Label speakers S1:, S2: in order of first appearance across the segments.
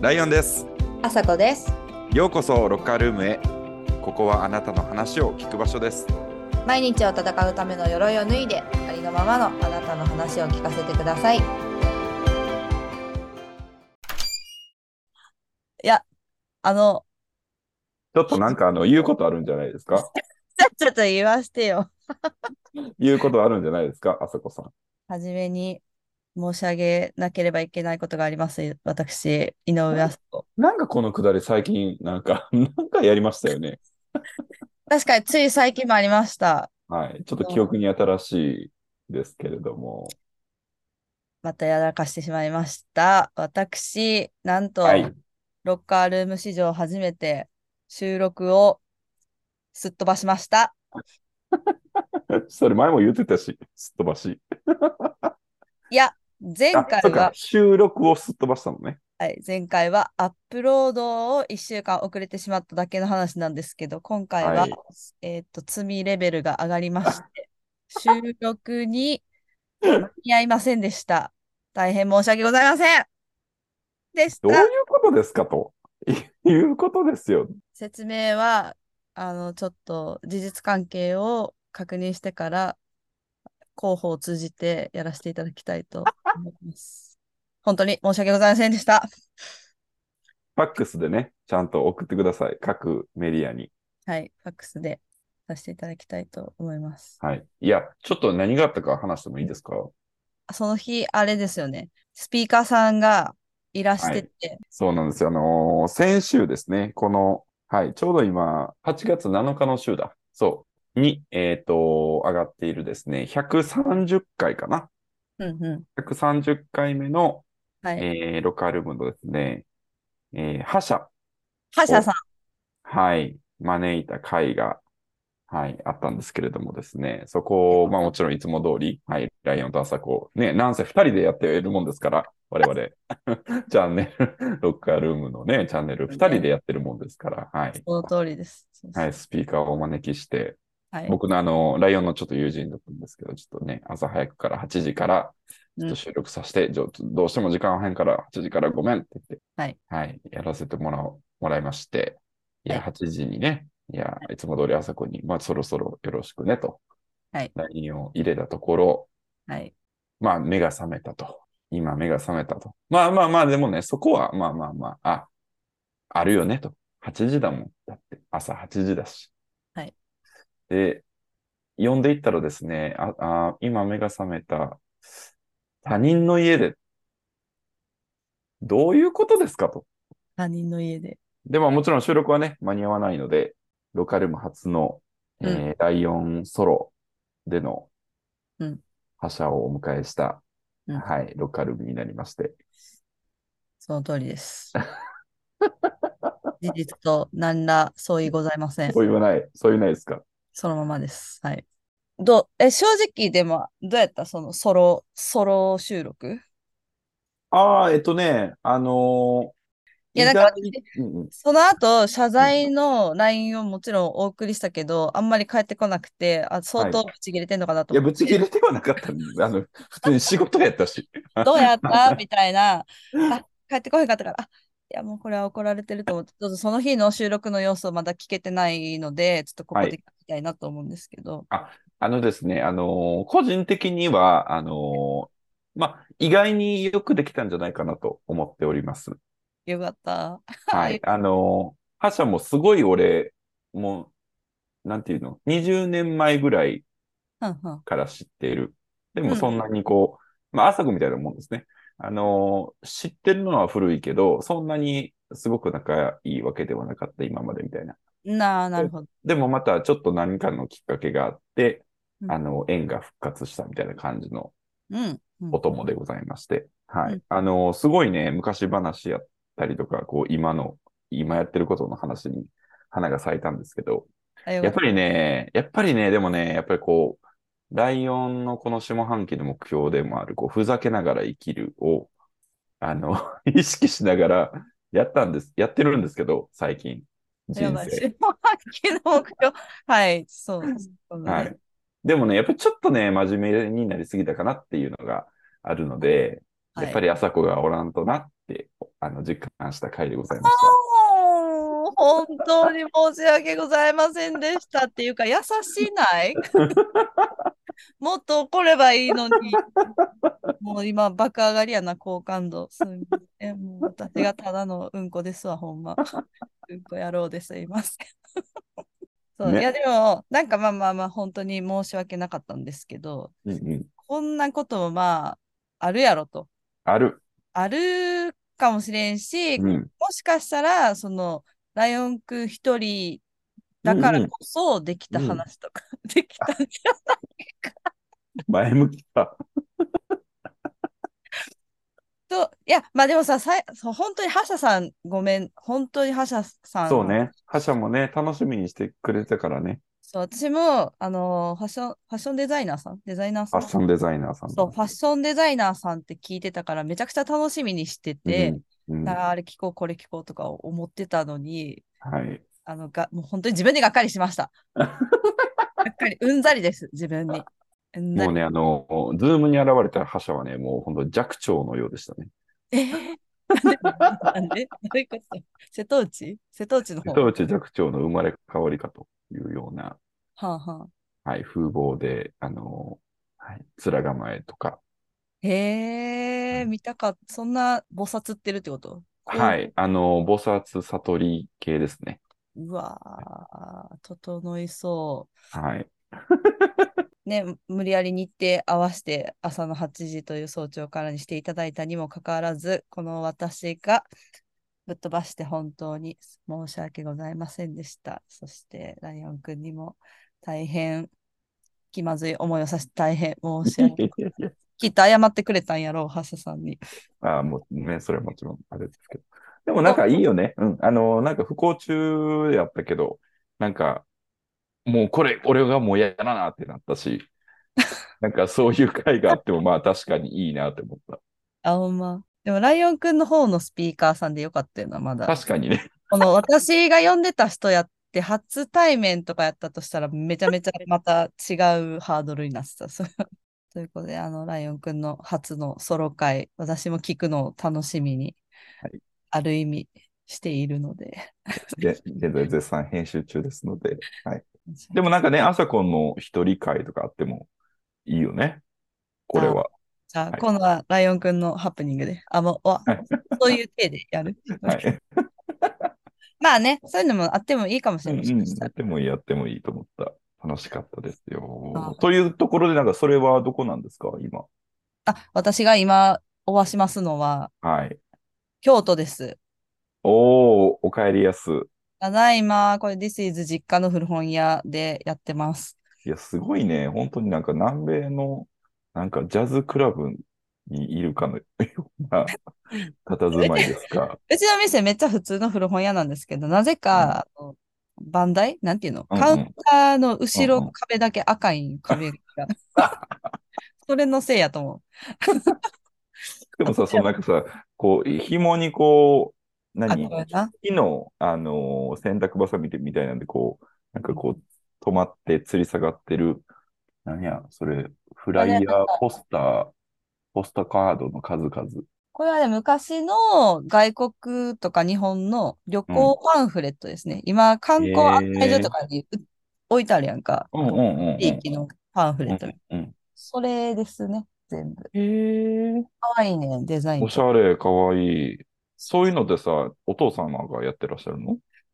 S1: ライオンです
S2: あさこです。
S1: ようこそロッカールームへここはあなたの話を聞く場所です
S2: 毎日を戦うための鎧を脱いで、ありのままのあなたの話を聞かせてください。いや、あの、
S1: ちょっとなんかあの言うことあるんじゃないですか
S2: ちょっと言わしてよ。
S1: 言うことあるんじゃないですかあさこさん
S2: はじめに申し上げなければいけないことがあります。私、井上あさこ。
S1: なんかこのくだり最近なんか なんかやりましたよね
S2: 確かについ最近もありました。
S1: はいちょっと記憶に新しいですけれども
S2: またやらかしてしまいました。私、なんと、
S1: はい
S2: ロッカールーム史上初めて収録をすっ飛ばしました。
S1: それ前も言ってたしすっ飛ばし
S2: 前
S1: あ
S2: 回
S1: そう
S2: は
S1: か、収録をすっ飛ばしたのね
S2: はい、前回はアップロードを1週間遅れてしまっただけの話なんですけど、今回は、
S1: はい
S2: えっと、罪レベルが上がりま して、収録に間に合いませんでした。大変申し訳ございません。でし
S1: どういう
S2: た。
S1: ことですかと いうことですよ
S2: 説明は、あの、ちょっと事実関係を確認してから、広報を通じてやらせていただきたいと思います。本当に申し訳ございませんでした。
S1: ファックスでねちゃんと送ってください各メディアに
S2: はい、ファックスでさせていただきたいと思います。
S1: はい。いや、ちょっと何があったか話してもいいですか
S2: あその日、あれですよね。スピーカーさんがいらしてて、
S1: そうなんですよ。あのー先週ですね、この、はい、ちょうど今、8月7日の週だ。そう。に、えっ、と、上がっているですね、130回かな。
S2: うんう
S1: 130回目の、
S2: ん。はい。
S1: えーロッカールームのですね、えー覇者、
S2: 歯者さん。
S1: はい、招いた会が、はい、あったんですけれどもですね、そこを、まあもちろんいつも通り、はい、ライオンと朝子、ね、なんせ二人でやっているもんですから、我々、 チャンネル、ロッカールームのね、チャンネル二人でやってるもんですから、はい。
S2: その通りです。そうそう
S1: はい、スピーカーをお招きして、
S2: はい。
S1: 僕のあの、ライオンのちょっと友人だったんですけど、ちょっとね、朝早くから8時から、ちょっと収録させて、ちょっとどうしても時間はへんから、8時からごめんって言って、
S2: はい。
S1: やらせてもらおもらいまして、いや、
S2: は
S1: 8時にね、いや、いつも通り朝子に、まあ、そろそろよろしくねと、
S2: はい。
S1: LINE を入れたところ、
S2: はい。
S1: まあ、目が覚めたと。今、目が覚めたと。まあまあまあ、でもね、そこは、まあまあまあ、あ、あるよねと。8時だもん。だって、朝8時だし。
S2: はい。
S1: で、呼んでいったらですね、あ、あ今目が覚めた、他人の家で、どういうことですかと。
S2: 他人の家で。
S1: で、まあもちろん収録はね、間に合わないので、ロカルーム初の、えー
S2: う
S1: ライオンソロでの、
S2: うん
S1: 覇者をお迎えした、
S2: うん
S1: はい、ロカルームになりまして。
S2: その通 りです。事実と何ら相違ございません
S1: そ。う言わない、そう言わないですか。
S2: そのままです。はい。どう、え、正直でも、どうやったそのソロ、ソロ収録
S1: ああ、えっとね、あのー
S2: いやだから
S1: 意外にうんうん
S2: その後、謝罪の LINE をもちろんお送りしたけど、あんまり返ってこなくて、あ相当
S1: は
S2: ぶち切れてんのかな
S1: い
S2: と
S1: や、
S2: 思
S1: ぶ
S2: っ
S1: ち
S2: て、
S1: 切れてはなかったんで、あの、 普通に仕事やったし。
S2: どうや ったみたいな、あ返ってこへんかったから、あいやもうこれは怒られてると思って、ちょっとその日の収録の様子をまだ聞けてないので、ちょっとここ
S1: は
S2: で
S1: い
S2: 聞きたいなと思うんですけど、
S1: あのですね、あのー個人的には、あのーまあ、意外によくできたんじゃないかなと思っております。
S2: よかった。
S1: は
S2: はい
S1: い。あの、覇者もすごい俺、もう、なんていうの、20年前ぐらい
S2: うんうん
S1: から知っている。で
S2: う
S1: も
S2: ん
S1: そんなにこう、まあ、朝子みたいなもんですね。あの、知ってるのは古いけど、そんなにすごく仲いいわけではなかった、今までみたいな。
S2: なあ、なるほど。
S1: でもまたちょっと何かのきっかけがあって、
S2: うん
S1: あの、縁が復活したみたいな感じの
S2: うん。うん
S1: お供でございまして、は
S2: う
S1: い
S2: ん。
S1: あの、すごいね、昔話やったりとか、こう、今の、今やってることの話に花が咲いたんですけど、
S2: あよか
S1: や
S2: っ
S1: ったぱりね、やっぱりね、でもね、やっぱりこう、ライオンのこの下半期の目標でもある、こう、ふざけながら生きるを、あの、 意識しながらやったんです、やってるんですけど、最近、人
S2: やばい
S1: 生。
S2: 下半 期の目標。はい、 そう。そうだね
S1: はい。でもね、やっぱりちょっとね、真面目になりすぎたかなっていうのがあるので、
S2: はい
S1: やっぱり朝子がおらんとなってあの、実感した回でございまし
S2: もう 本当に申し訳ございませんでしたっていうか、優しないもっと怒ればいいのに。もう今、爆上がりやな、好感度。すみません。もう私がただのうんこですわ、ほんま。 うんこ野郎ですいません。そう
S1: ね
S2: いや、でも、なんかまあまあまあ、本当に申し訳なかったんですけど、
S1: た。うんうん。
S2: こんなこともまあ、あるやろと。
S1: ある。
S2: あるかもしれんし、
S1: うん。
S2: もしかしたら、その、ライオンくん一人だからこそできた話とか、できたんじゃ
S1: 前向きか。
S2: と、いや、まあでもさ、さいそう本当に覇者さん、ごめん、本当に覇者さん、
S1: そうね。覇者もね、楽しみにしてくれてたからね。
S2: そう、私も、あのーファッション、ファッションデザイナーさん、デザイナー
S1: フ
S2: さ
S1: ァ
S2: ん
S1: ッションデザイナーさん
S2: そう、ファッションデザイナーさんって聞いてたから、めちゃくちゃ楽しみにしてて、
S1: うんうん
S2: だからあれ聞こう、これ聞こうとか思ってたのに、
S1: はい。
S2: あのがもう本当に自分にがっかりしま した。がっかり、うんざりです、自分に。うんざり
S1: もうね、あの、ズームに現れた覇者はね、もう本当弱聴のようでしたね。
S2: えー、なんでなんでどういうこと瀬戸内瀬戸内の
S1: 瀬
S2: 方。
S1: 戸
S2: は
S1: 内寂聴の生まれ変わりかというような、
S2: あ、はあ、
S1: はい、風貌で、あの、はい、面構えとか、
S2: へえ、見たかった。そんな菩薩ってるってこと
S1: は。
S2: こ
S1: い、あの、菩薩悟り系ですね。
S2: ううわー、整いそ
S1: はい。
S2: う。ね、無理やり日程合わせて朝の8時という早朝からにしていただいたにもかかわらず、この私がぶっ飛ばして本当に申し訳ございませんでした。そして、ライオンくんにも大変気まずい思いをさせて大変申し訳きっと謝ってくれたんやろう、ハッシャさんに。
S1: ああ、もうね、それはもちろんあれですけど。でもなんかいいよね。うん。あの、なんか不幸中やったけど、なんか、もうこれ、俺がもう嫌だなってなったし、 なんかそういう回があっても、まあ確かにいいなって思っ
S2: あ、ほんま。でも、ライオンくんの方のスピーカーさんでよかったよな、ま
S1: た。
S2: だ。
S1: 確かにね。
S2: この、私が呼んでた人やって、初対面とかやったとしたら、めちゃめちゃまた違うハードルになってた。そう ということで、あの、ライオンくんの初のソロ会、私も聞くのを楽しみに、
S1: はい
S2: ある意味しているので。
S1: で、現在絶賛編集中ですので。でもなんかね、朝子の一人会とかあってもいいよね。これは。
S2: じゃあ、
S1: はい
S2: 今度はライオンくんのハプニングで。あ、もう、わ
S1: はい
S2: そういう体でやる。
S1: はい。
S2: まあね、そういうのもあってもいいかもし
S1: うん
S2: れな
S1: う
S2: い。
S1: ん。やってもいい、やってもいいと思った。楽しかったです
S2: あ
S1: よ。というところで、なんかそれはどこなんですか、今。
S2: あ、私が今、おわしますのは、
S1: はい。
S2: 京都です。
S1: おお、おかえりやす。
S2: ただいま、これ、This is 実家の古本屋でやってます。
S1: いや、すごいね。本当になんか南米の、なんかジャズクラブにいるかのよう な佇まいですか。
S2: うちの店めっちゃ普通の古本屋なんですけど、なぜか、あのバンダイなんていうの
S1: うんうん
S2: カウンターの後ろ
S1: うんうん
S2: 壁だけ赤いん壁が。 それのせいやと思
S1: でもさ、そのなんかさ、こう、紐にこう、
S2: う。あ、
S1: 何
S2: ごめんな。
S1: 木の、あのー洗濯バサミみたいなんで、こう、なんかこう、止まって吊り下がってる、何や、それ、フライヤー
S2: あれなん、
S1: ポスター、ポスターカードの数々。
S2: これはね、昔の外国とか日本の旅行パンフレットですね。今、観光案内所とかにう置いてあるやんか。
S1: うんうんうんうん。
S2: 地域のパンフレット。
S1: うん
S2: それですね、全部。
S1: へえ。
S2: かわいいね、デザイン
S1: お
S2: と
S1: しゃれ、かわいい。そういうのでさ、お父様がやってらっしゃるの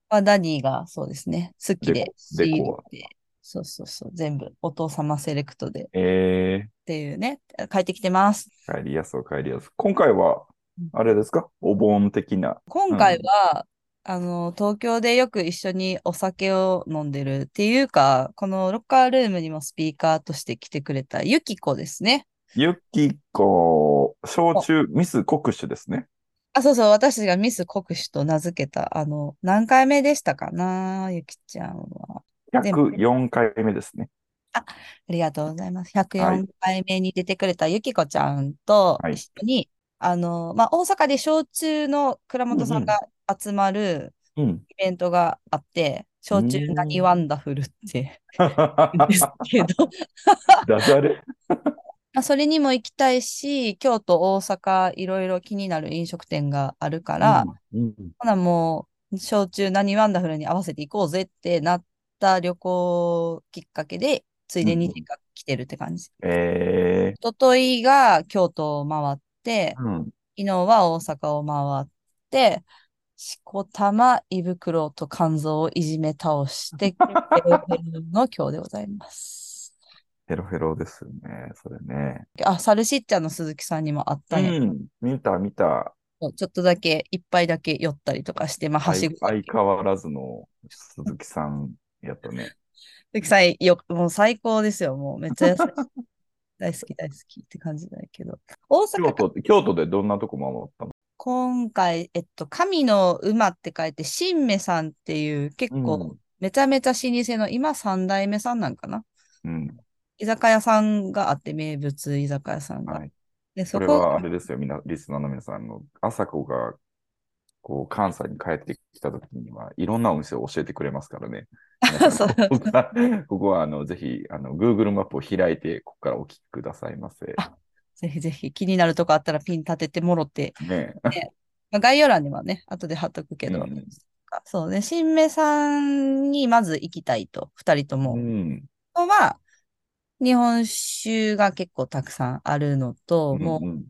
S2: まあ、ダニーがそうですね、好きで、
S1: デコデコは
S2: CD でそうそうそう、全部お父様セレクトでっ
S1: ええ
S2: ていうね、書いてきてます。
S1: 帰りやすお帰りやす。今回は
S2: うん、
S1: あれですかお盆的な。
S2: 今回は、あの、東京でよく一緒にお酒を飲んでるっていうか、このロッカールームにもスピーカーとして来てくれたユキコですね。
S1: ゆきこ、焼酎、ミス国酒ですね。
S2: あ、そうそう、私たちがミス国主と名付けた、あの、何回目でしたかな、ゆきちゃんは。でも
S1: 104回目ですね。
S2: ありがとうございます。
S1: は
S2: 104
S1: い
S2: 回目に出てくれたゆきこちゃんと
S1: はい
S2: 一緒に、あの、まあ、大阪で焼酎の倉本さんが集まる
S1: うん。
S2: イベントがあって、焼酎なにワンダフルって
S1: ダ
S2: 言うんですけど、
S1: ジャレ
S2: あそれにも行きたいし、京都、大阪、いろいろ気になる飲食店があるから、
S1: うん、
S2: ほなもう、焼酎何ワンダフルに合わせて行こうぜってなった旅行きっかけで、ついで
S1: う
S2: に
S1: んうん
S2: 実家来てるって感じ。
S1: ええ
S2: 一昨日が京都を回って、
S1: うん。
S2: 昨日は大阪を回って、しこたま、胃袋と肝臓をいじめ倒して、ペロペロの今日でございます。
S1: ヘロヘロですね、それね。
S2: あ、サルシッチャの鈴木さんにも会ったね。
S1: うん、見た見た。
S2: ちょっとだけ、一杯だけ酔ったりとかして、まあ、はし
S1: 相
S2: ご。
S1: 相変わらずの鈴木さんやったね。
S2: 鈴木さん、よ、もう最高ですよ。もうめっちゃ優しい大好き大好きって感じだけど。大
S1: 京
S2: 阪、
S1: 都、 京都でどんなとこ回っ
S2: 今回、えっと、神の馬って書いて、神目さんっていう、結
S1: たの
S2: 構、めちゃめちゃ老舗の、今三代目さんなんかな
S1: うん。
S2: 居酒屋さんがあって、名物居酒屋さん
S1: うん。
S2: が。
S1: はい。
S2: で、
S1: そ
S2: そ
S1: れ
S2: こ
S1: はあれですよ、みんな、リスナーの皆さんあの、朝子が、こう、関西に帰ってきたときには、いろんなお店を教えてくれますから ね。皆さん
S2: そう
S1: ここが ここは、あの、ぜひ、あの、Google マップを開いて、ここからお聞きくださいませ。
S2: あぜひぜひ気になるとこあったらピン立ててもろって、
S1: ね
S2: まあ、概要欄にはね、後で貼っとくけど、
S1: うんうん
S2: そうね、新芽さんにまず行きたいと、二人とも。
S1: うん。
S2: ここは、日本酒が結構たくさんあるのと、も
S1: うんうん
S2: う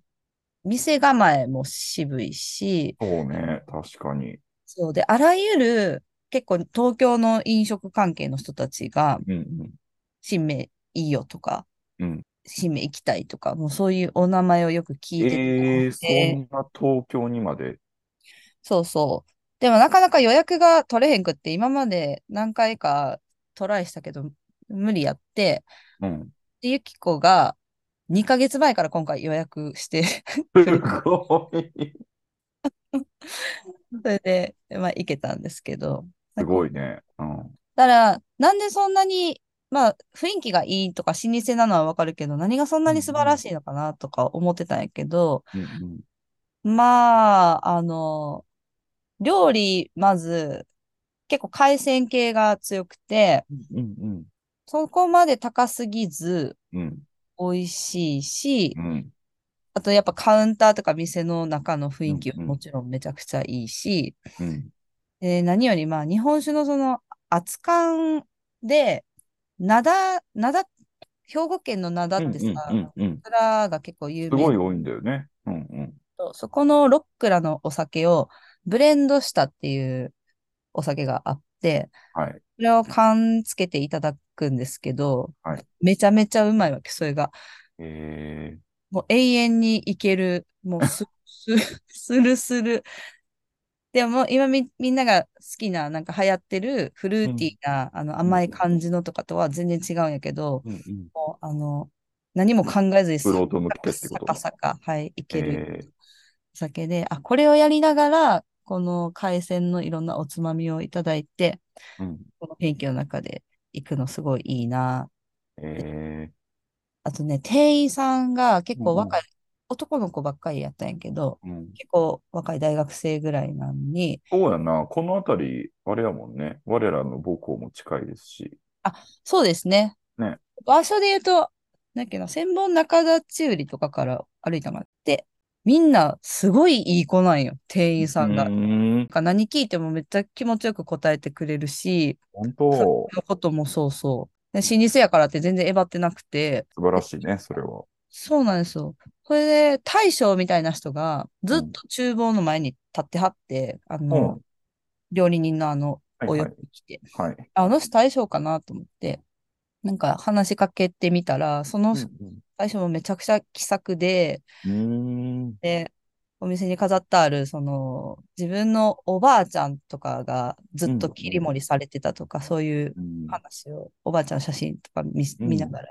S2: 店構えも渋いし、
S1: そうね、確かに。
S2: そうで、あらゆる結構東京の飲食関係の人たちが、
S1: うんうん。
S2: 新芽いいよとか、
S1: うん
S2: 新芽行きたいとか、もうそういうお名前をよく聞いてた
S1: えー、そ
S2: で
S1: んな東京にまで。
S2: そうそう。でもなかなか予約が取れへんくって、今まで何回かトライしたけど、無理やって、
S1: うん。
S2: で、ゆきこが2ヶ月前から今回予 約して、
S1: すごい。
S2: それで、まあ、行けたんですけど。
S1: すご
S2: い。
S1: いね。うん。
S2: だから、なんでそんなに、まあ、雰囲気がいいとか、老舗なのはわかるけど、何がそんなに素晴らしいのかなとか思ってたんやけど、
S1: うんうん
S2: まあ、あの、料理、まず、結構海鮮系が強くて、
S1: うんうん
S2: そこまで高すぎず
S1: うん
S2: 美味しいし
S1: う、ん
S2: あとやっぱカウンターとか店の中の雰囲気
S1: うんう
S2: も
S1: ん
S2: もちろんめちゃくちゃいいし、
S1: うん
S2: で何よりまあ日本酒のその熱燗で、灘、灘、兵庫県の灘ってさ、
S1: うんうんうん
S2: 蔵が結構有
S1: す
S2: 名
S1: ごい多いんだよね。うんうん。
S2: と、そこのロックラのお酒をブレンドしたっていうお酒があって、
S1: はい。
S2: それを缶つけていただくんですけど、
S1: はい
S2: めちゃめちゃうまいわけ、それが。
S1: え
S2: もう永遠に行ける、も うす、す、するする。でも今み、みんなが好きな、なんか流行ってるフルーティーな、あの甘い感じのとかとは全然違うんやけど、
S1: ー、うんうん。
S2: もうあの、何も考えずに
S1: プロート向けって
S2: サ
S1: こと
S2: カサカ、はい、いける
S1: えー
S2: お酒で、あ、これをやりながら、この海鮮のいろんなおつまみをいただいて、
S1: うん
S2: この雰囲気の中で行くのすごいいいな。
S1: え
S2: あとね、店員さんが結構若い、
S1: う
S2: 男の子ばっかりやったんやけど、
S1: ーうん。
S2: 結構若い大学生ぐらいなのに、
S1: そうやな。このあたり、あれやもんね。我らの母校も近いですし。
S2: そうですね。
S1: ね
S2: 場所で言うと、なんだっけな、千本中田中売りとかから歩いたのがあって、みんなすごいいい子なんよ、店員さんが。
S1: う
S2: なん
S1: ーん。
S2: か何聞いてもめっちゃ気持ちよく答えてくれるし、
S1: 本
S2: そ
S1: 当、
S2: のこともそうそう。で老舗やからって全然えばってなくて、
S1: 素晴らしいね、それは。
S2: そうなんですよ。それで、大将みたいな人が、ずっと厨房の前に立ってはって、あ
S1: う
S2: の、
S1: ん
S2: 料理人のあの、
S1: はい
S2: お
S1: はい
S2: 洋服着て、
S1: はい。
S2: あの人大将かなと思って、なんか話しかけてみたら、その大将もめちゃくちゃ気さくで、
S1: うん。う
S2: で、お店に飾ってある、その、自分のおばあちゃんとかがずっと切り盛りされてたとか、そういう
S1: ーん。
S2: 話を、おばあちゃんの写真とか見
S1: うん
S2: 見ながら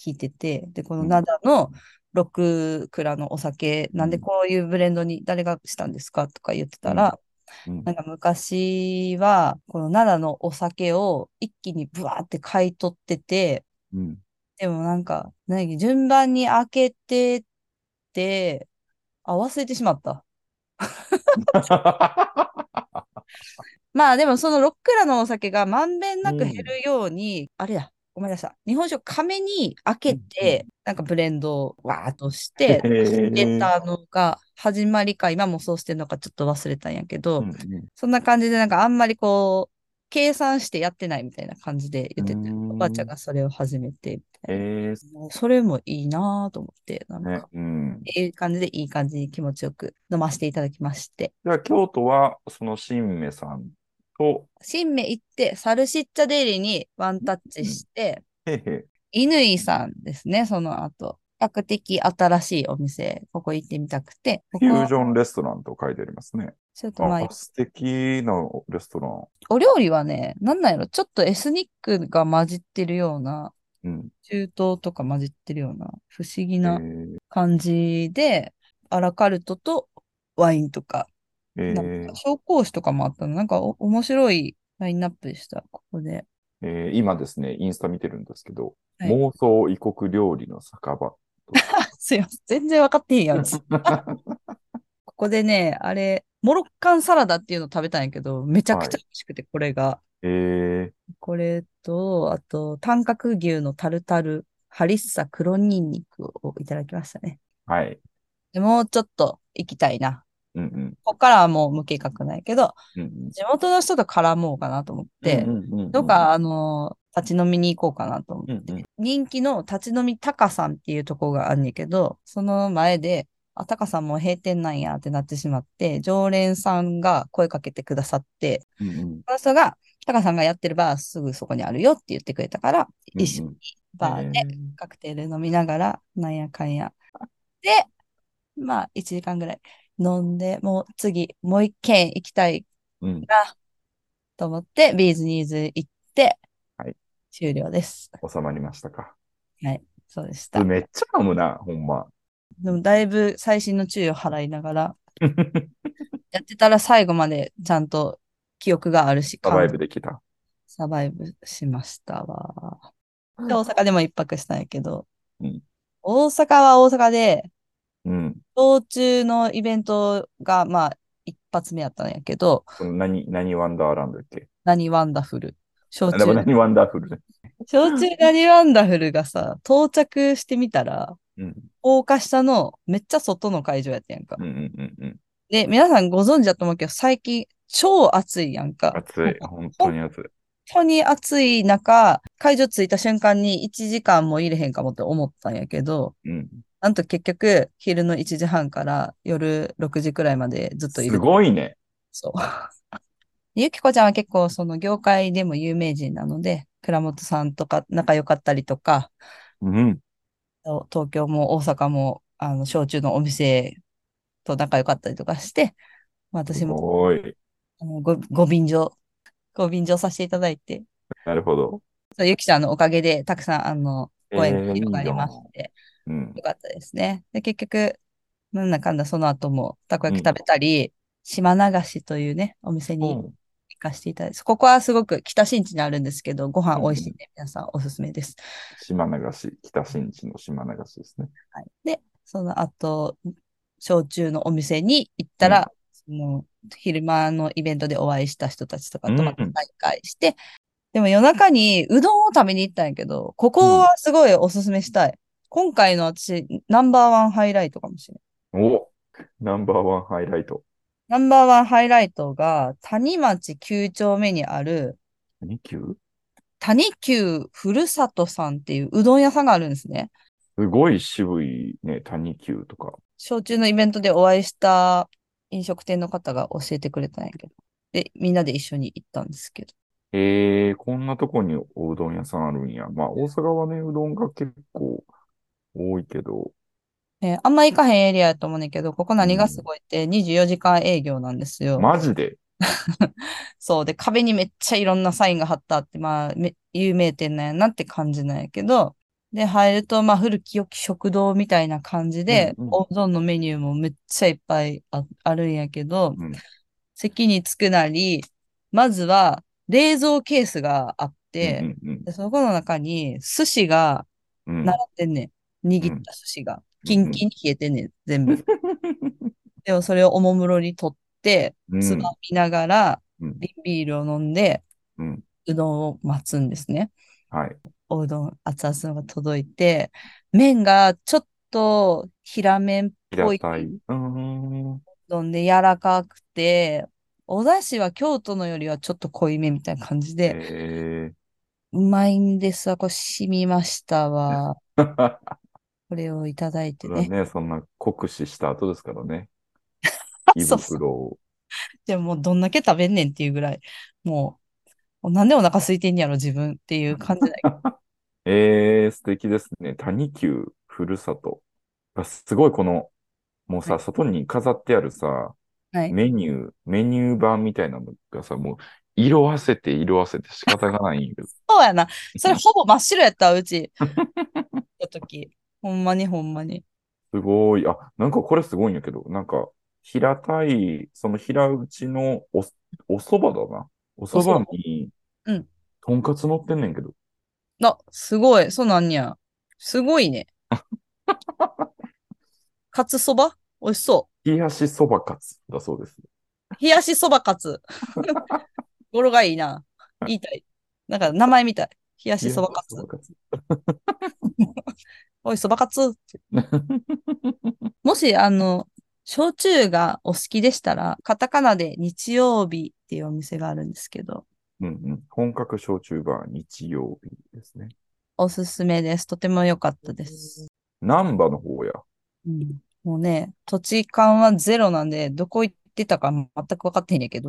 S2: 聞いてて、で、この
S1: うん
S2: 灘のロッククラのお酒、なんで
S1: うん
S2: こういうブレンドに誰がしたんですかとか言ってたら、
S1: うん
S2: なんか昔は、この奈良のお酒を一気にブワーって買い取ってて、
S1: うん。
S2: でもなんか、何やっけ順番に開けてって、あ、忘れてしまった。まあでもそのロックラのお酒がまんべんなく減るように、あれだ、思い出した。日本酒を亀に開けて、なんかブレンドをわーっとして、出
S1: ー
S2: たのが始まりか、今もそうしてるのかちょっと忘れたんやけど、
S1: うんうん
S2: そんな感じでなんかあんまりこう、計算してやってないみたいな感じで言ってて、
S1: うん
S2: おばあちゃんがそれを始めて、みたい
S1: え
S2: なもうそれもいいなぁと思って、なん
S1: ー
S2: か、
S1: ねうん、
S2: いい感じでいい感じに気持ちよく飲ませていただきまして。
S1: じゃあ、京都は、その新芽さんと、
S2: 新芽行って、サルシッチャデイリにワンタッチして、
S1: へへ、
S2: 乾さんですね、その後。比較的新しいお店、ここ行ってみたくて、
S1: フ
S2: ここ
S1: ュー
S2: は
S1: ジョンレストランと書いてありますね。
S2: ちょっとまあ
S1: あ、素敵なレストラン。
S2: お料理はね、なんなんやろ、ちょっとエスニックが混じってるような、
S1: うん。
S2: 中東とか混じってるような、不思議
S1: え
S2: な
S1: ー
S2: 感じで、アラカルトとワインとか、
S1: え
S2: なん
S1: ー
S2: か紹興酒とかもあったの、なんかお面白いラインナップでした、ここで。
S1: えー今ですね、インスタ見てるんですけど、
S2: はい
S1: 妄想異国料理の酒場。
S2: あすいません、全然分かってへん やん。ここでね、あれ、モロッカンサラダっていうの食べたんやけど、めちゃくちゃ美味しくて、これが。
S1: えー、
S2: これと、あと、短角牛のタルタル、ハリッサ黒ニンニクをいただきましたね。
S1: はい。
S2: でもうちょっと行きたいな。
S1: うんうん。
S2: ここからはもう無計画ないけど、
S1: うんうん
S2: 地元の人と絡もうかなと思って、
S1: うんうんうん
S2: どっか、あのー立ち飲みに行こうかなと思って。
S1: うんうん
S2: 人気の立ち飲みタカさんっていうとこがあるんやけど、その前で、あ、タカさんもう閉店なんやってなってしまって、常連さんが声かけてくださって、
S1: うんうん
S2: その人が、タカさんがやってるバーすぐそこにあるよって言ってくれたから、一緒
S1: うんう
S2: に
S1: ん
S2: バーで
S1: えー
S2: カクテル飲みながら、なんやかんや。で、まあ、1時間ぐらい飲んで、もう次、もう一軒行きたい
S1: うん、
S2: と思って、ビーズニーズ行って、
S1: はい
S2: 終了です。
S1: 収まりましたか。
S2: そうでした。
S1: めっちゃ飲むな、ほんま。
S2: でも、だいぶ細心の注意を払いなが ら、やってたら最後までちゃんと記憶があるし、
S1: サバイブ
S2: 感
S1: できた。
S2: サバイブしましたわ。で、大阪でも一泊したんやけど、
S1: うん
S2: 大阪は大阪で、
S1: うん。
S2: 道中のイベントが、まあ、一発目やったんやけど、
S1: この何、何ワンダーランドだっけ
S2: 何ワンダフル。焼
S1: でも
S2: 酎、
S1: 何ワンダーフルね。
S2: 焼酎何ワンダフルがさ、到着してみたら、
S1: うん。
S2: 高架下のめっちゃ外の会場やったやんか
S1: う。んうんうんうん。
S2: で、皆さんご存知だと思うけど、最近超暑いやんか。
S1: 暑い。本当に暑い。
S2: 本当に暑い中、会場着いた瞬間に1時間も入れへんかもって思ったんやけど、
S1: うん、
S2: なんと結局、昼の1時半から夜6時くらいまでずっといる。
S1: すごいね。
S2: そう。 ゆきこちゃんは結構その業界でも有名人なので、倉本さんとか仲良かったりとか、
S1: うん。
S2: 東京も大阪も、あの、焼酎のお店と仲良かったりとかして、まあ私
S1: す
S2: も
S1: ごい。
S2: あのごご便乗、ご便乗させていただいて、
S1: なるほど。
S2: そうゆきちゃんのおかげで、たくさん、あの、ご縁が広がりまして、
S1: うん。
S2: よかったですね。で、結局、なんだかんだその後も、たこ焼き食べたり、島流しというね、お店に
S1: うん
S2: 行かせていただいて、ここはすごく北新地にあるんですけど、ご飯
S1: うん
S2: 美味しいんで、皆さんおすすめです。
S1: 島流し、北新地の島流しですね。
S2: はい、で、その後、焼酎のお店に行ったら、その昼間のイベントでお会いした人たちとかとまた
S1: うん
S2: 再会して、でも夜中にうどんを食べに行ったんやけど、ここはすごいおすすめしたい。今回の私、ナンバーワンハイライトかもしれない。
S1: おナンバーワンハイライト。
S2: ナンバーワンハイライトが、谷町9丁目にある、
S1: 2級
S2: 谷久ふるさとさんっていううどん屋さんがあるんですね。
S1: すごい渋いね、谷級とか。
S2: 焼酎のイベントでお会いした飲食店の方が教えてくれたんやけど。で、みんなで一緒に行ったんですけど。
S1: えー、こんなとこにおうどん屋さんあるんや。まあ、大阪はね、うどんが結構多いけど。
S2: えーあんま行かへんエリアやと思うねんけど、ここ何がすごいって24時間営業なんですよ。
S1: マジで
S2: そうで、壁にめっちゃいろんなサインが貼ってあって、まあ、め有名店なんやなって感じなんやけど、で、入ると、まあ、古き良き食堂みたいな感じで、
S1: うんうん
S2: おうどんのメニューもめっちゃいっぱいああるんやけど、
S1: うん
S2: 席に着くなり、まずは冷蔵ケースがあって、
S1: うんうん
S2: で、そこの中に寿司が
S1: うんうん
S2: 並んでんねん。握った寿司が。キンキンに冷えてんねん、全 部。でもそれをおもむろに取って、
S1: う
S2: つ
S1: ん
S2: まみながら、
S1: うん
S2: 瓶ビールを飲んで、
S1: うん
S2: うどんを待つんですね。
S1: はい。
S2: おうどん熱々のが届いて、麺がちょっと平麺っぽ
S1: 平
S2: い
S1: たい。うーん。
S2: どんで柔らかくて、お出汁は京都のよりはちょっと濃いめみたいな感じで、
S1: え
S2: うまいんですわ。これ染みましたわ。
S1: ー。
S2: これをいただいて
S1: それは
S2: ね。
S1: ね、そんな酷使した後ですからね。胃
S2: そうそう。
S1: 袋を。
S2: でももうどんだけ食べんねんっていうぐらい、もう、なんでお腹空いてんやろ、自分っていう感じだけど。
S1: えー、素敵ですね。谷久ふるさと。あすごいこの、もう
S2: は
S1: さ、外に飾ってあるさ、
S2: い。はい
S1: メニュー、メニュー版みたいなのがさ、もう、色あせて色あせて仕方がないんよ。
S2: そうやな。それほぼ真っ白やったわ、うち。の時。ほんまにほんまに。
S1: すごい。あ、なんかこれすごいんやけど、なんか、平たい、その平打ちのお、お蕎麦だな。お蕎麦に、
S2: うん。
S1: とんかつ乗ってんねんけど。
S2: あ、すごい。そうなんや。すごいね。カツそば美味しそ
S1: 冷やしそばかつだそうです。
S2: う。冷やしそばカツ。語呂がいいな。言いたい。なんか名前みたい。冷やしそばカツ
S1: 冷。やし
S2: おい、そばカツ。
S1: そばかつ。
S2: もし、あの、焼酎がお好きでしたら、カタカナで日曜日っていうお店があるんですけど、
S1: うんうん。本格焼酎バー日曜日ですね。
S2: おすすめです。とても良かったです。
S1: 難波の方や。
S2: うんもうね、土地勘はゼロなんで、どこ行ってたか全く分かってへんねんけど、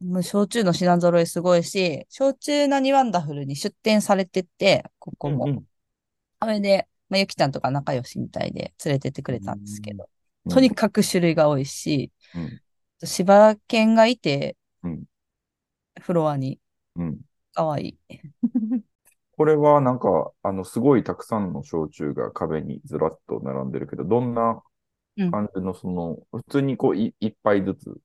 S2: もう焼酎の品揃えすごいし、焼酎なにワンダフルに出店されてって、ここも。それで、まあ、ゆきちゃんとか仲良しみたいで連れてってくれたんですけど、とに
S1: か
S2: かく種類が多いし、
S1: く。うん
S2: 柴犬がいて、
S1: うん
S2: フロアに
S1: うん
S2: 可愛い。
S1: これはなんか、あの、すごいたくさんの焼酎が壁にずらっと並んでるけど、どんな
S2: うん
S1: 感じの、その、普通にこう、い一杯ずつ、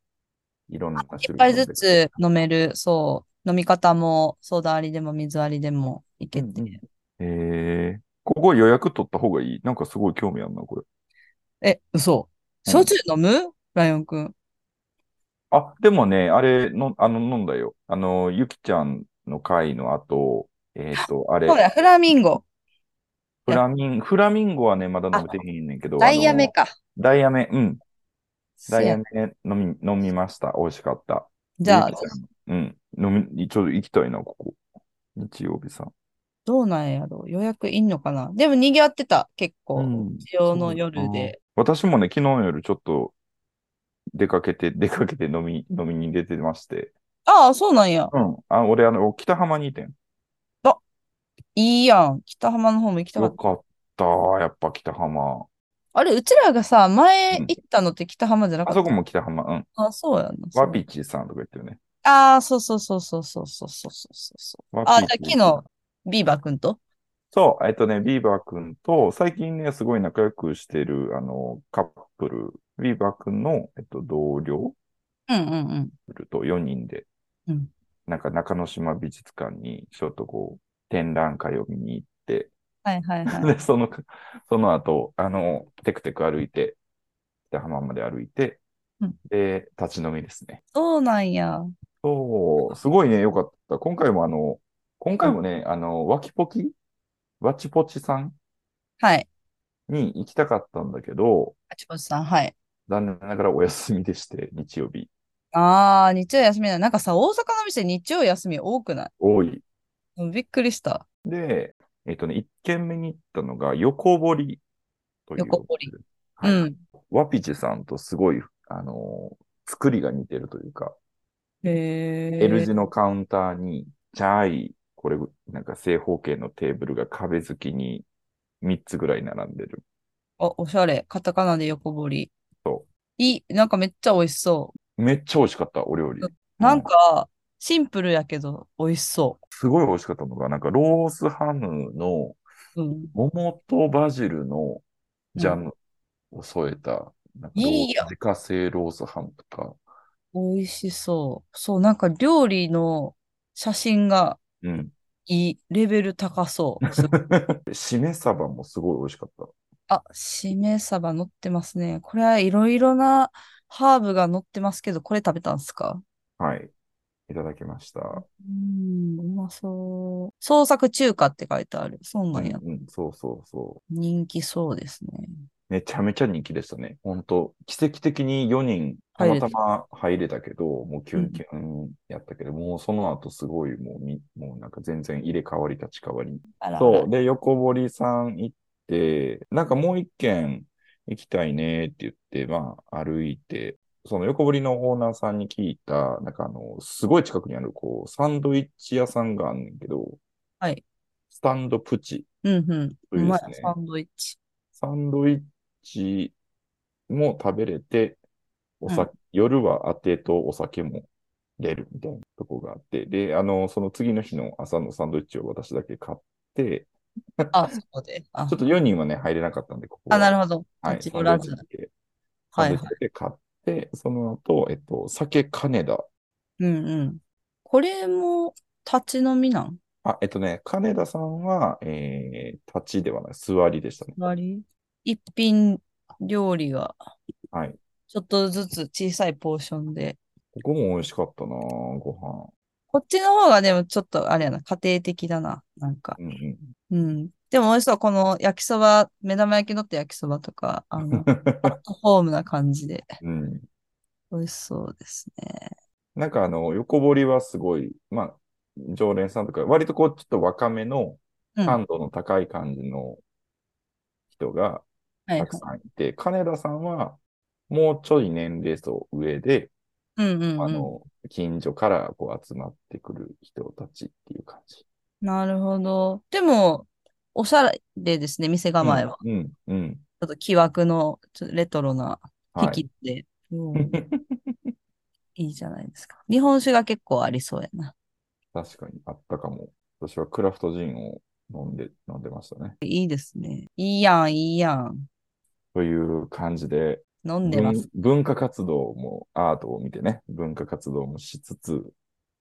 S1: いろんな
S2: 一
S1: 種類
S2: 杯
S1: 飲ん
S2: ず
S1: でる
S2: つ飲める、そう、飲み方もソーダ割りでも水割りでもいけて。
S1: うんうんえー、ここ予約取った方がいいなんかすごい興味あるな、これ。
S2: え、嘘。
S1: うん
S2: 焼酎飲むライオンくん。
S1: あ、でもね、あれの、あの、飲んだよ。あの、ゆきちゃんの会の後、えっと、あれ、
S2: そうだ、フラミンゴ。
S1: フラミン、フラミンゴはね、まだ飲めてへんねんけど、
S2: ダイヤ
S1: あ
S2: メ
S1: の
S2: か。
S1: ダイヤメ、うん。ダイ
S2: せ
S1: ヤ
S2: や
S1: メ飲み、飲みました。美味しかった。
S2: じゃあ
S1: ゆき、ちゃんうん。飲み、ちょっと行きたいな、ここ。日曜日さん。
S2: どうなんやろ予約いんのかなでも賑わってた、結構。
S1: ん。
S2: 日曜の夜で。
S1: 私もね、昨日の夜ちょっと出かけて、 出かけて飲み、飲みに出てまして。
S2: ああ、そうなんや。
S1: うん。あ、俺、あの、北浜にいてん。
S2: いいやん。北浜の方も行きたか
S1: よ
S2: った。
S1: かった。やっぱ北浜。
S2: あれ、うちらがさ、前
S1: うん
S2: 行ったのって北浜じゃなか
S1: あ
S2: った
S1: そこも北浜。うん。
S2: あ、そうやな。
S1: ワピッチさんとか言ってるね。
S2: ああ、そうそうそうそうそうそうそうそうそう。
S1: ワ
S2: ああ、
S1: ピ
S2: じ
S1: ー
S2: ゃ
S1: チ
S2: あ昨日、ビーバーくんと
S1: そう、えっとね、ビーバーくんと、最近ね、すごい仲良くしてる、あの、カップル、ビーバーくんの、えっと、同僚
S2: うんうんうん。
S1: と4人で、
S2: うん
S1: なんか中之島美術館に、ちょっとこう、展覧会を見に行って、
S2: はいはいはい。
S1: で、その、その後、あの、テクテク歩いて、北浜まで歩いて
S2: うん、
S1: で、立ち飲みですね。
S2: そうなんや。
S1: そう、すごいね、よかった。今回もあの、今回もね、あの、ワキポキワチポチさん
S2: はい。
S1: に行きたかったんだけど、
S2: あちこちさん、はい。
S1: 残念ながらお休みでして、日曜日。
S2: ああ、日曜休みだ。なんかさ、大阪の店日曜休み多くない
S1: 多い。
S2: うんびっくりした。
S1: で、えっとね、1軒目に行ったのが、横堀という。
S2: 横堀。
S1: はい。
S2: うん。
S1: ワピチさんとすごい、あのー作りが似てるというか、
S2: へえ。
S1: L 字のカウンターに、茶い、これ、なんか正方形のテーブルが壁付きに3つぐらい並んでる。
S2: あ、おしゃれ。カタカナで横堀。
S1: そ。
S2: いい。なんかめっちゃ美味しそう
S1: めっちゃ美味しかった、お料理。
S2: う。う。
S1: う
S2: なんか、シンプルやけど、美味しそ
S1: すごい美味しかったのが、なんかロースハムの
S2: う。うん。
S1: 桃とバジルのジャムを添えた、なんかロー
S2: いいやん
S1: 自家製ロースハムとか、
S2: 美味しそう。そう、なんか料理の写真が
S1: うん。
S2: いい。レベル高そう。すごい
S1: しめ鯖もすごい美味しかった。
S2: あ、しめ鯖乗ってますね。これはいろいろなハーブが乗ってますけど、これ食べたんすか
S1: はい。いただきました。
S2: うん、うまそう。創作中華って書いてある。そうなんや。
S1: うんうんそうそうそう。
S2: 人気そうですね。
S1: めちゃめちゃ人気でしたね。本当奇跡的に4人、た
S2: 入
S1: ま
S2: れた
S1: たま入れたけど、もうキュンキュンやったけど、もうその後すごいもうみ、もうなんか全然入れ替わり立ち替わり。
S2: あら
S1: そう。で、横堀さん行って、なんかもう一軒行きたいねって言って、まあ歩いて、その横堀のオーナーさんに聞いた、なんかあの、すごい近くにある、こう、サンドイッチ屋さんがあんねんけど、
S2: はい。
S1: スタンドプチ
S2: うんうん。うまい
S1: そうですね
S2: サンドイッチ。
S1: サンドイッチも食べれて、お酒、
S2: うん
S1: 夜はあてとお酒も出るみたいなとこがあって、で、あの、その次の日の朝のサンドイッチを私だけ買って、
S2: あ、そこで。あ
S1: ちょっと4人はね、入れなかったんで、ここは
S2: あ、なるほど。
S1: はい、
S2: 立ち
S1: サン
S2: 寄
S1: ドイ
S2: ら
S1: ッチ
S2: ず
S1: だ。け、
S2: は
S1: サンド
S2: い
S1: イッ
S2: は
S1: チ
S2: い。
S1: だけ買って、その後、えっと、酒金田。
S2: うんうん。これも立ち飲みなん
S1: あ、えっとね、金田さんは、えー、立ちではない、座りでしたね。
S2: 割一品料理が
S1: はい。
S2: ちょっとずつ小さいポーションで。
S1: ここも美味しかったなぁご
S2: こっちの方がでもちょっとあれやな、家庭的だな、なんか。
S1: 飯。うんうん。
S2: うん。でも美味しそう、この焼きそば、目玉焼きのって焼きそばとか、あ の、アットホームな感じで、
S1: うん。
S2: 美味しそうですね。
S1: なんかあの、横堀はすごい、まあ、常連さんとか、割とこう、ちょっと若めの、
S2: うん。はい
S1: 感度の高い感じの人が
S2: はい
S1: たくさんいて、金田さんは、もうちょい年齢層上で、
S2: うんう
S1: あ
S2: んうん。
S1: の、近所からこう集まってくる人たちっていう感じ。
S2: なるほど。でも、おしゃれですね、店構えは。
S1: うん、うん、うん。
S2: ちょっと木枠のちょっとレトロな
S1: は
S2: 機
S1: い。
S2: 器で、うん、いいじゃないですか。日本酒が結構ありそうやな。
S1: 確かにあったかも。私はクラフトジンを飲んで、飲んでましたね。
S2: いいですね。いいやん、いいやん。
S1: という感じで、
S2: 飲んでます。
S1: 文文化活動もアートを見てね、文化活動もしつつ、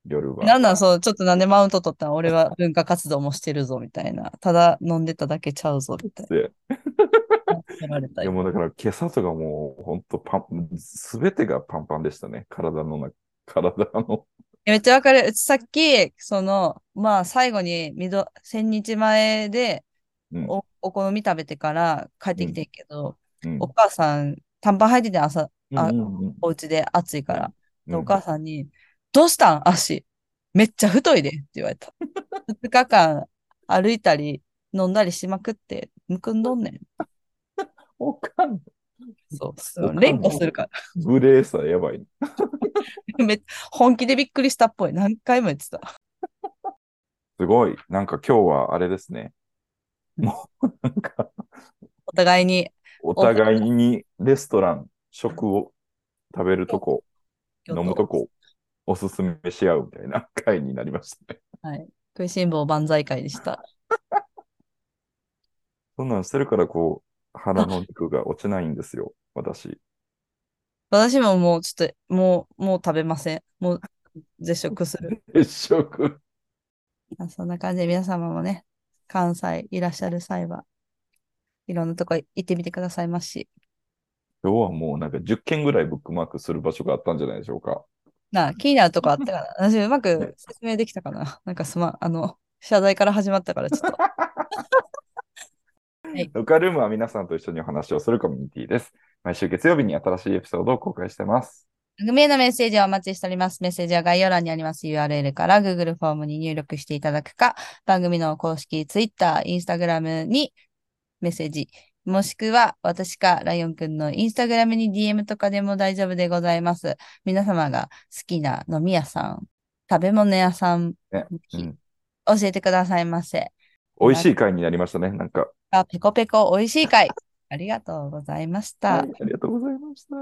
S1: 夜は。
S2: なんなん、そう、ちょっとなんでマウント取ったん俺は文化活動もしてるぞ、みたいな。ただ飲んでただけちゃうぞ、みたい
S1: で
S2: な。取られた
S1: い
S2: り
S1: やもうだから今朝とかもう本当パン、すべてがパンパンでしたね。体の中、 体の。
S2: いやめっちゃわかる。うちさっき、その、まあ、最後に、みど、千日前で
S1: うん
S2: お、お好み食べてから帰ってきてんけど、
S1: うん
S2: お母さん、短パン履いてて朝、あ
S1: うんうんうん
S2: お家で暑いから。で、
S1: う
S2: お
S1: ん
S2: 母さんに、どうしたん足。めっちゃ太いでって言われた。2日間歩いたり飲んだりしまくって、むくんどんねん。
S1: おかん、
S2: そう。す
S1: おかん
S2: 連呼するから。
S1: 無礼さやばい。
S2: め本気でびっくりしたっぽい。何回も言ってた。
S1: すごい。なんか今日はあれですね。もうなんか、
S2: お互いに
S1: お互いにレストラン、食を食べるとこ、
S2: 今日
S1: 飲むとこ、おすすめし合うみたいな回になりましたね。
S2: 食いしん坊万歳会でした。
S1: そんなんしてるからこう、腹の肉が落ちないんですよ。私。
S2: 私ももうちょっと、もう、もう食べません。もう絶食する。
S1: 一食。
S2: まあそんな感じで皆様もね、関西いらっしゃる際は、いろんなとこ行ってみてくださいまし。
S1: 今日はもうなんか10件ぐらいブックマークする場所があったんじゃないでしょうか。
S2: なあ、気になるとこあった かな。私、うまく説明できたかな。なんかすまん、あの、謝罪から始まったから、ちょっと。
S1: ウカルームは皆さんと一緒にお話をするコミュニティです。毎週月曜日に新しいエピソードを公開してます。
S2: 番組へのメッセージをお待ちしております。メッセージは概要欄にあります URL から Google フォームに入力していただくか、番組の公式 Twitter、Instagram にメッセージ、もしくは私かライオンくんの Instagram に DM とかでも大丈夫でございます。皆様が好きな飲み屋さん、食べ物屋さん、
S1: ねう
S2: 教
S1: ん
S2: えてくださいませ。
S1: 美味しい回になりましたね。なんか。
S2: あ、ペコペコ美味しい会。ありがとうございまし
S1: は
S2: た
S1: い。ありがとうございました。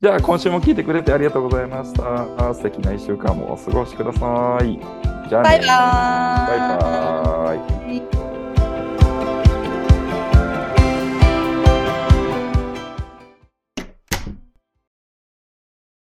S1: じゃあ今週も聞いてくれてありがとうございました。素敵な一週間もお過ごしください。じゃあね。
S2: バイバ
S1: バ
S2: ーイ。
S1: イバーイ。
S2: イ。